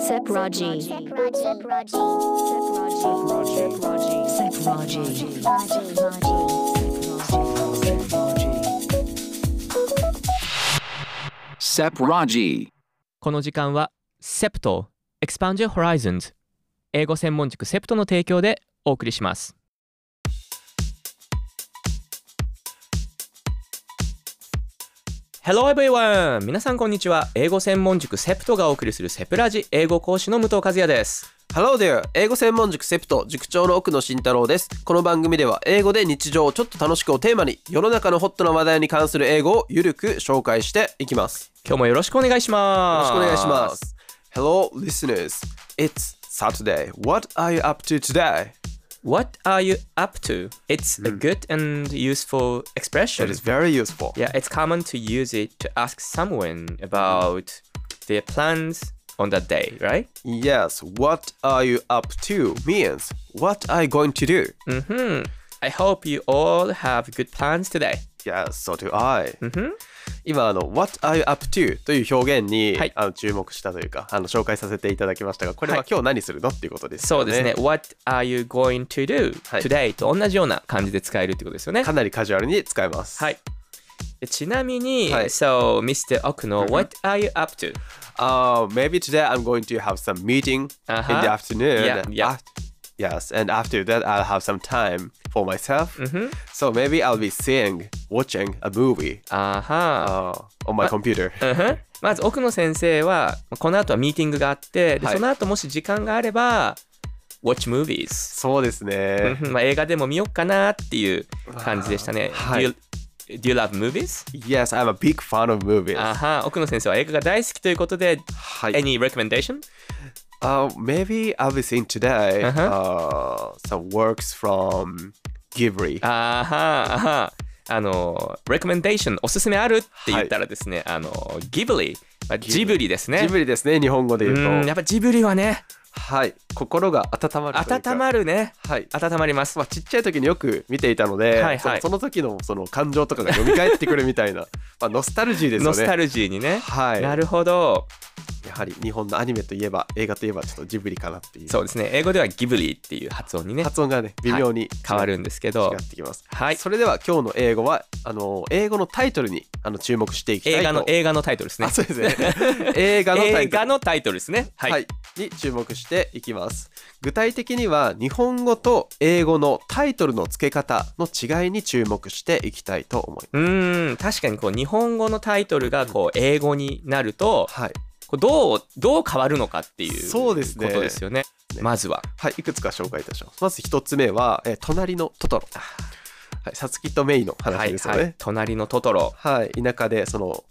Sepraji. Sepraji. Sepraji. Sep Raji. この時間は SEPT Expand Your Horizons 英語専門塾 SEPT の提供でお送りしますHello everyone! 皆さんこんにちは英語専門塾 SEPT がお送りするセプラジ英語講師の武藤和也です Hello there! 英語専門塾セプト塾長の奥野慎太郎です。この番組では英語で日常をちょっと楽しくをテーマに世の中のホットな話題に関する英語をゆるく紹介していきます。今日もよろしくお願いしよろましすくお願いします。Hello listeners! It's Saturday. What are you up to today? What are you up to? It's a good and useful expression That is very useful. Yeah, it's common to use it to ask someone about their plans on that day, right? Yes, what are you up to means what are you going to do? Mm-hmm. I hope you all have good plans today. Yes, so do I. うん今あの What are you up to という表現に、はいあの注目したというかあの紹介させていただきましたがこれははい今日何するのっていうことですそようですね。What are you going to do はい today? と同じような感じで使えるってことですよねか。なりカジュアルに使えます。はい。でちなみに、はい So, Mr. Okuno, what are you up to? Uh, maybe today I'm going to have some meeting in Uh-huh. the afternoon. Yeah, yeah. Aft- yes, and after that I'll have some time for myself. Mhm. So maybe I'll be seeing, watching a movie あは uh, on my computer. うんふんまず奥野先生はこの後はミーティングがあってではいその後もし時間があれば Watch movies そうですね。うんまあ、映画でも見よっかなっていう感じでしたね。はい do, you, do you love movies? Yes, I'm a big fan of movies. あは奥野先生は映画が大好きということで、はい。 Any recommendation? Uh, maybe I'll be seeing today Uh-huh. uh, some works from Ghibli. あはあはあの、recommendation おすすめあるって言ったらですね、あの、ギブリ、まあ、ジブリですね。ジブリですね、日本語で言ううんと。やっぱジブリはね、はい。心が温まるというか。温まるね。はい。温まります。まあ、ちっちゃい時によく見ていたので、はいはいそのその時のその感情とかが蘇ってくるみた いなまあノスタルジーですよノスタね。ルジーにね。はい、なるほど。やはり日本のアニメといえば映画といえばちょっとジブリかなっていうそうですね。英語ではギブリっていう発音にね、発音がね微妙に違う、変わるんですけど違っ、てきます。はい。それでは今日の英語はあの英語のタイトルにあの注目していきたいと映画の映画のタイトルですねあ。そうですね 映画のタ映イトル画のタイトルですね。ははいい。、に注目していきます具体的には日本語と英語のタイトルの付け方の違いに注目していきたいと思いうーん確かにこう日本語のタイトルがこう英語になるとます。はいこうどうどう変わるのかっていうそうですねことですよね。ねまずは。はい、いくつか紹介いたします。まず一つ目は、えー隣のトトロ。はい、さつきとメイの話ですよはいはいね。、隣のトトロ。はい、田舎でその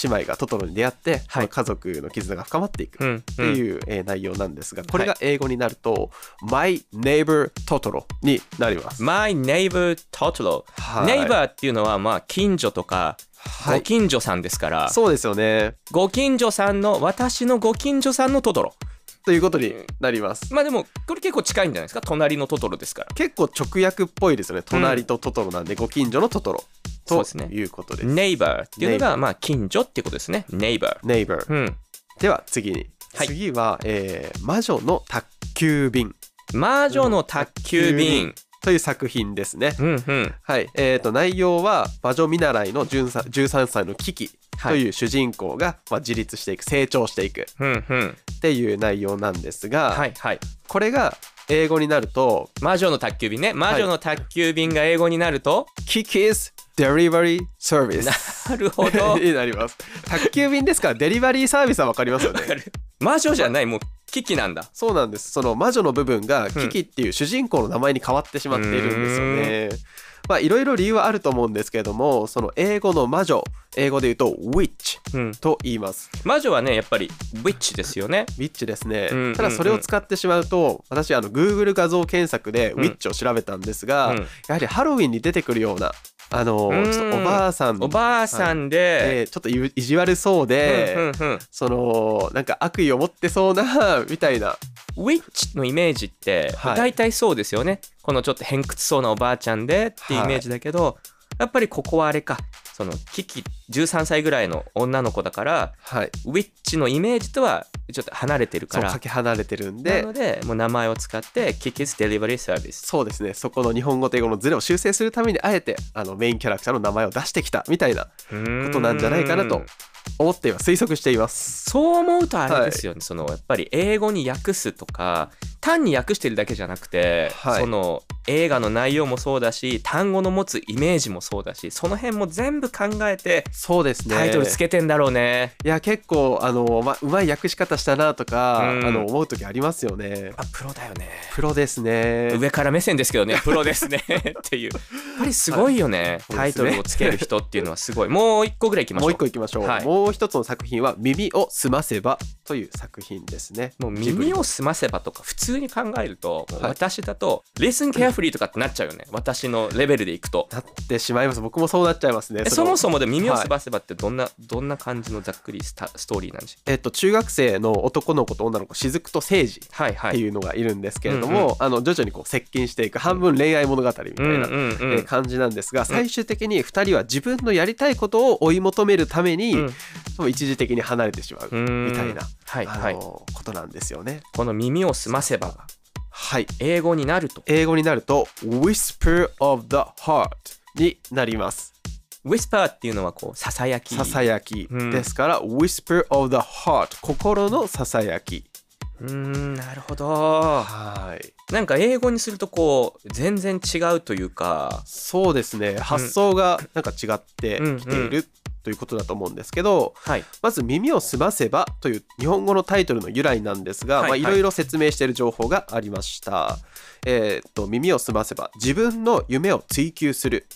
姉妹がトトロに出会って、そはいの家族の絆が深まっていくっうんてうんいう、えー内容なんですが、これが英語になると、My Neighbor Totoro になります。 My neighbor Totoro、はい neighbor っていうのはまあ近所とかはごい、近所さんですから、そうですよね。ご近所さんの私のご近所さんのトトロということになります。まあでもこれ結構近いんじゃないですか隣のトトロですから結構直訳っぽいですよね。隣とトトロなんで、ご近所のトトロそうとですねいうことです。 neighbor っていうのがまあ近所ってことですね neighbor、 Neighbor。うん、では次に、はい次は、えー魔女の宅急便魔女の宅急便、という作品ですね。うんうん、はい、えー、と内容は魔女見習いの13 13歳のキキはいという主人公が、まあ、自立していく成長していくうんうん、っていう内容なんですが、はいはいこれが英語になると魔女の宅急便ね魔女の宅急便が英語になると、 「Kiki's Delivery Service なるほ」 どになります。宅急便ですからデリバリーサービスは分かりますよね。魔女じゃないもうキキなんだそうなんですその魔女の部分がんキキっていう主人公の名前に変わってしまっているんですよね。まあいろいろ理由はあると思うんですけれどもその英語の魔女英語で言うと witch うんと言います。魔女はねやっぱりウィッチですよね witch ですね、うんうんうんただそれを使ってしまうと私あの Google 画像検索でん witch を調べたんですが、うんやはりハロウィンに出てくるようなあのうんちょっとおばあさんおばあさんんで、でちょっと意地悪そうで、うんうんうん、そのなんか悪意を持ってそうな みたいなウィッチのイメージってはい大体そうですよね、このちょっと偏屈そうなおばあちゃんでっていうイメージだけど、やっぱりここはあれかそのキキ13歳ぐらいの女の子だからはいウィッチのイメージとはちょっと離れてるかそうらかけ離れてるんなでのでもう名前を使ってキキ 's Delivery Service そうですねそこの日本語と英語のズレを修正するためにあえてあのメインキャラクターの名前を出してきたみたいなこことなんじゃないかなと思っています推測していますそう思うとあれですよね、そのやっぱり英語に訳すとか単に訳してるだけじゃなくて、はいその映画の内容もそうだし単語の持つイメージもそうだしその辺も全部考えてそうですねタイトルつけてんだろうね。いや結構あの、ま、うまい訳し方したなとか、うんあの思う時ありますよねあプロだよね。プロですね上から目線です けどねプロですねっていうやっぱりすごいよね、はタいイトルをつける人っていうのはすごいもう一個ぐらいいきましょもうう一個いきましょう、はいもう一つの作品は「耳をすませば」という作品ですねもうジブリ耳のを澄ませばとか普通に考えると、もうはい私だと「Listen carefully」とかってなっちゃうよね私のレベルでいくと。なってしまいます僕もそうなっちゃいますねえそももそもで耳をすばせばってどんな、どんな感じのざっくりスタストーリーなんでしょうえっと、中学生の男の子と女の子雫と聖治はいはっい。てういうのがいるんですけれどうんうも、あの徐々にこう接近していく半分恋愛物語みたいな、んうんうんえー感じなんですが最終的に2人は自分のやりたいことを追い求めるために、うん多分一時的に離れてしまううんみたいな、はいあのはい。ことなんですよね。この耳をすませばがはい英語になると。英語になると「Whisper of the Heart」になります。 whisper っていうのはこう、ささやき。ささやきうんですから、Whisper of the Heart 心のささやき。うーん、なるほど。はいなんか英語にするとこう、全然違うというか、そうですね発想がなんか違ってきている、ということだと思うんですけどはい。まず「耳をすませば」という日本語のタイトルの由来なんですがはまあいはいいろいろ説明している情報がありました。えーっと耳をすませば自分の夢を追求する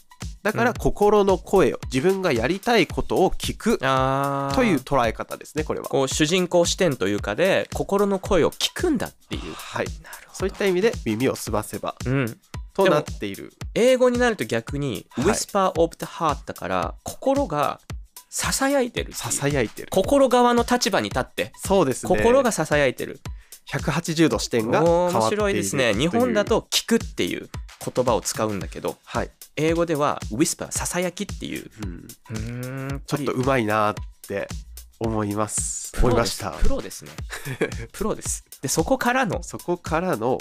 だかうらん心の声を自分がやりたいことを聞くあーという捉え方ですねこれは。こう、主人公視点というかで、心の声を聞くんだっていう。はい、なるほど。そういった意味で「耳をすませばうん。」となっている。英語になると逆に「はい Whisper of the Heart」だから心がささやいてるっていうささやいてる。心側の立場に立ってそうですね。心がささやいてる180度視点が変わっている面白いですねと日本だいうと「聞く」っていう言葉を使うんだけどはい、英語では「Whisper」ささやきっていううん、うーんちょっとうまいなーって思いますプ思いロまでしすたプロ ですねプロですでそこからのそこからの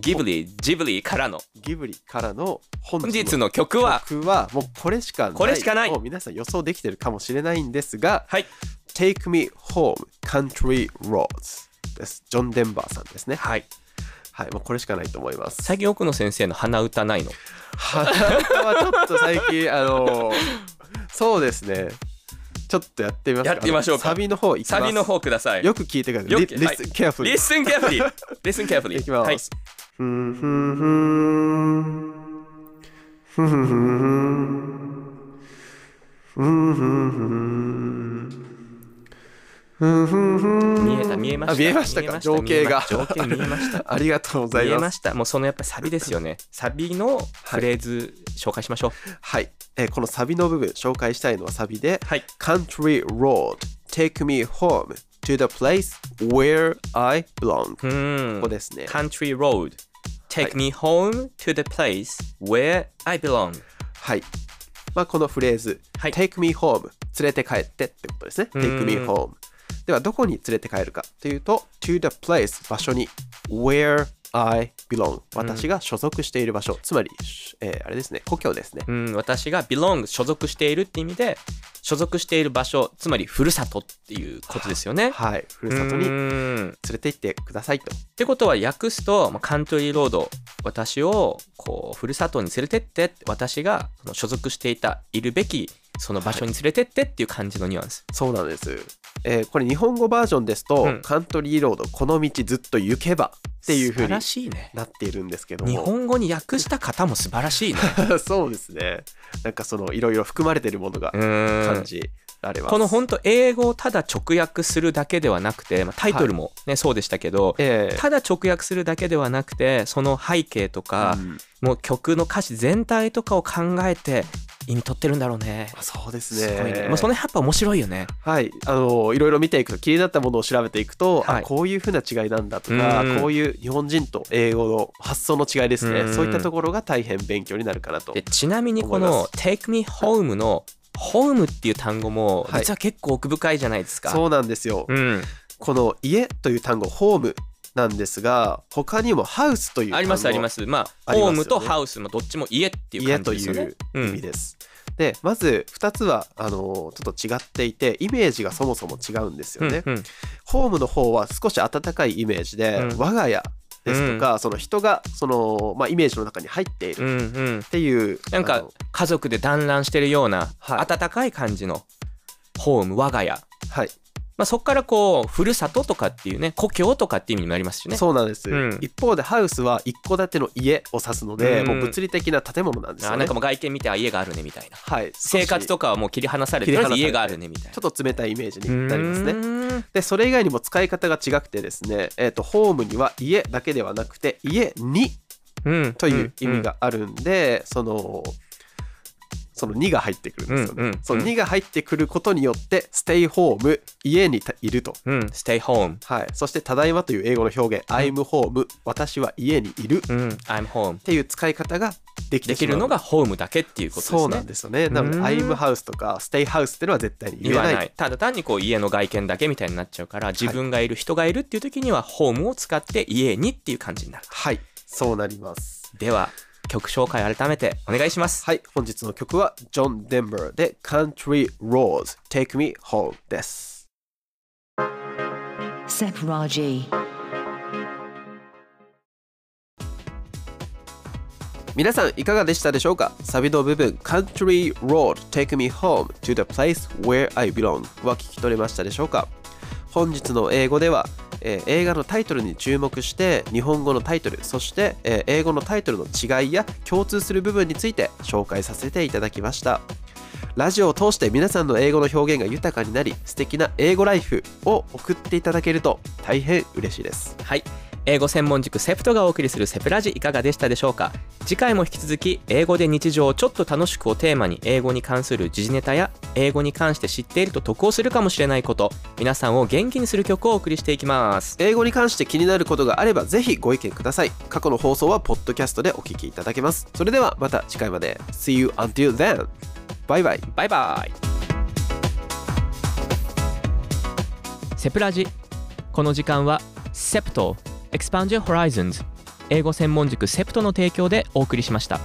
ギブリジブリからのギブリからの本本日日のの曲曲ははもうこれしかないこれしかないもう皆さん予想できてるかもしれないんですがはい「Take Me Home Country Roads」ですジョン・デンバーさんですねはいはいもうこれしかないと思います最近奥野先生の鼻歌ないの鼻歌はちょっと最近あのーそうですねちょっとやってみますかやってみましょうかサビの方いきますサビの方くださいよく聞いてくださいよく Li- はい Listen carefully Listen carefully. Listen carefully. いきますはい。 ふんふんふんふんふんふんふんふんふんふんふんふん見えた見えました。あ見えましたか情景が見えま情景見えました。ありがとう ござい見えまますした。もうそのやっぱサビですよね。サビのフレーズ紹介しましょう。はい、えーこのサビの部分紹介したいのはサビではい。 Country Road Take me home to the place where I belong うこーん。こですね Country road. はい Take me home to the place where I belong. はい。まあ、このフレーズ、はい Take me home 連れて帰ってってことですね。ん Take me home ではどこに連れて帰るかというと To the place 場所に Where I belong 私が所属している場所、つまり、えーあれですね故郷ですね、うん。私が belong 所属しているって意味で所属している場所つまり故郷っていうことですよね。はいふふるさとに連にれて行ってくださいとってことは訳すと、まあ、カントリーロード私をこうふるさとに連れてって私がその所属していたいるべきその場所に連れてってっていう感じのニュアンス、そうなんです、えーこれ日本語バージョンですと、うんカントリーロードこの道ずっと行けばっていうふう素に晴らしいねなっているんですけども日本語に訳した方も素晴らしいね そうですねなんかそのいろいろ含まれているものがうーん感じられます。この本当英語をただ直訳するだけではなくて、まあ、タイトルも、ねそうでしたけどええただ直訳するだけではなくてその背景とか、うんもう曲の歌詞全体とかを考えて意味取ってるんだろうね。そうですすね。ごいね。まあ、その辺やっぱ面白いよね。はい、あのいろいろ見ていくと気になったものを調べていくと、はあいこういうふうな違いなんだとかうんこういう日本人と英語の発想の違いですねうんそういったところが大変勉強になるかなとでちなみにこ思いまのす「Take Me Home」の「ホーム」っていう単語もはい実は結構奥深いじゃないですか。そうなんですよ、うん、この「家」という単語「ホーム」なんですが他にも「ハウス」という単語ありますあります。まあありホまーすよねムとハウスもどっちも家っていう家感じとですいよね。う意味です。でまず2つはあのちょっと違っていてイメージがそもそも違うんですよね。うんうんホームの方は少し温かいイメージで、うん我が家ですとか、その人がその、まあ、イメージの中に入っているっうんうん、ていう、なんあかの家族で団らんしてるようなはい温かい感じのホーム我が家、はい、まあ、そこからこうふるさととかっていうね故郷とかっていう意味にもなりますしね。そうなんです、うん一方でハウスは一戸建ての家を指すので、うんもう物理的な建物なんですよあね。なんかもう外見見てあ家があるねみたいなはい、生活とかかはもう切り離されて切りとり離されあえずて家があるねみたいなち。ょっと冷たいイメージうーにんなりますね。でそれ以外にも使い方が違くてですね、えー、とホームには家だけではなくて家にうんという意味があるんで、そのその2が入ってくるんですよね、うんうんそううん2が入ってくることによって「ステイホーム」「家にいる」と、うん、stay home。はい、そして「ただいま」という英語の表現「I'm home」「私は家にいる」っうん、I'm home。ていう使い方ができてでしきまうるのがホームだけっていうことですね。そうなんですよねなのでう「ん I'm house」とか「stay house」っていうのは絶対に言言えわないない。ただ単にこう家の外見だけみたいになっちゃうから、自分がいる、人がいるっていう時にはホームを使って家にっていう感じになる。はいそうなりますでは、曲紹介改めてお願いします。はい本日の曲はジョン・デンバーで「Country Roads Take Me Home」です Sep Raji. 皆さんいかがでしたでしょうかサビの部分 Country Road Take Me Home to the Place Where I Belong は聞き取れましたでしょうか本日の英語では、えー映画のタイトルに注目して日本語のタイトルそして、えー英語のタイトルの違いや共通する部分について紹介させていただきましたラジオを通して皆さんの英語の表現が豊かになり素敵な英語ライフを送っていただけると大変嬉しいですはい。英語専門塾セプトがお送りするセプラジいかがでしたでしょうか次回も引き続き英語で日常をちょっと楽しくをテーマに英語に関する時事ネタや英語に関して知っていると得をするかもしれないこと皆さんを元気にする曲をお送りしていきます英語に関して気になることがあればぜひご意見ください過去の放送はポッドキャストでお聞きいただけますそれではまた次回まで See you until then! バイバイバイバイセプラジこの時間はセプト Expand Your Horizons 英語専門塾セプトの提供でお送りしました。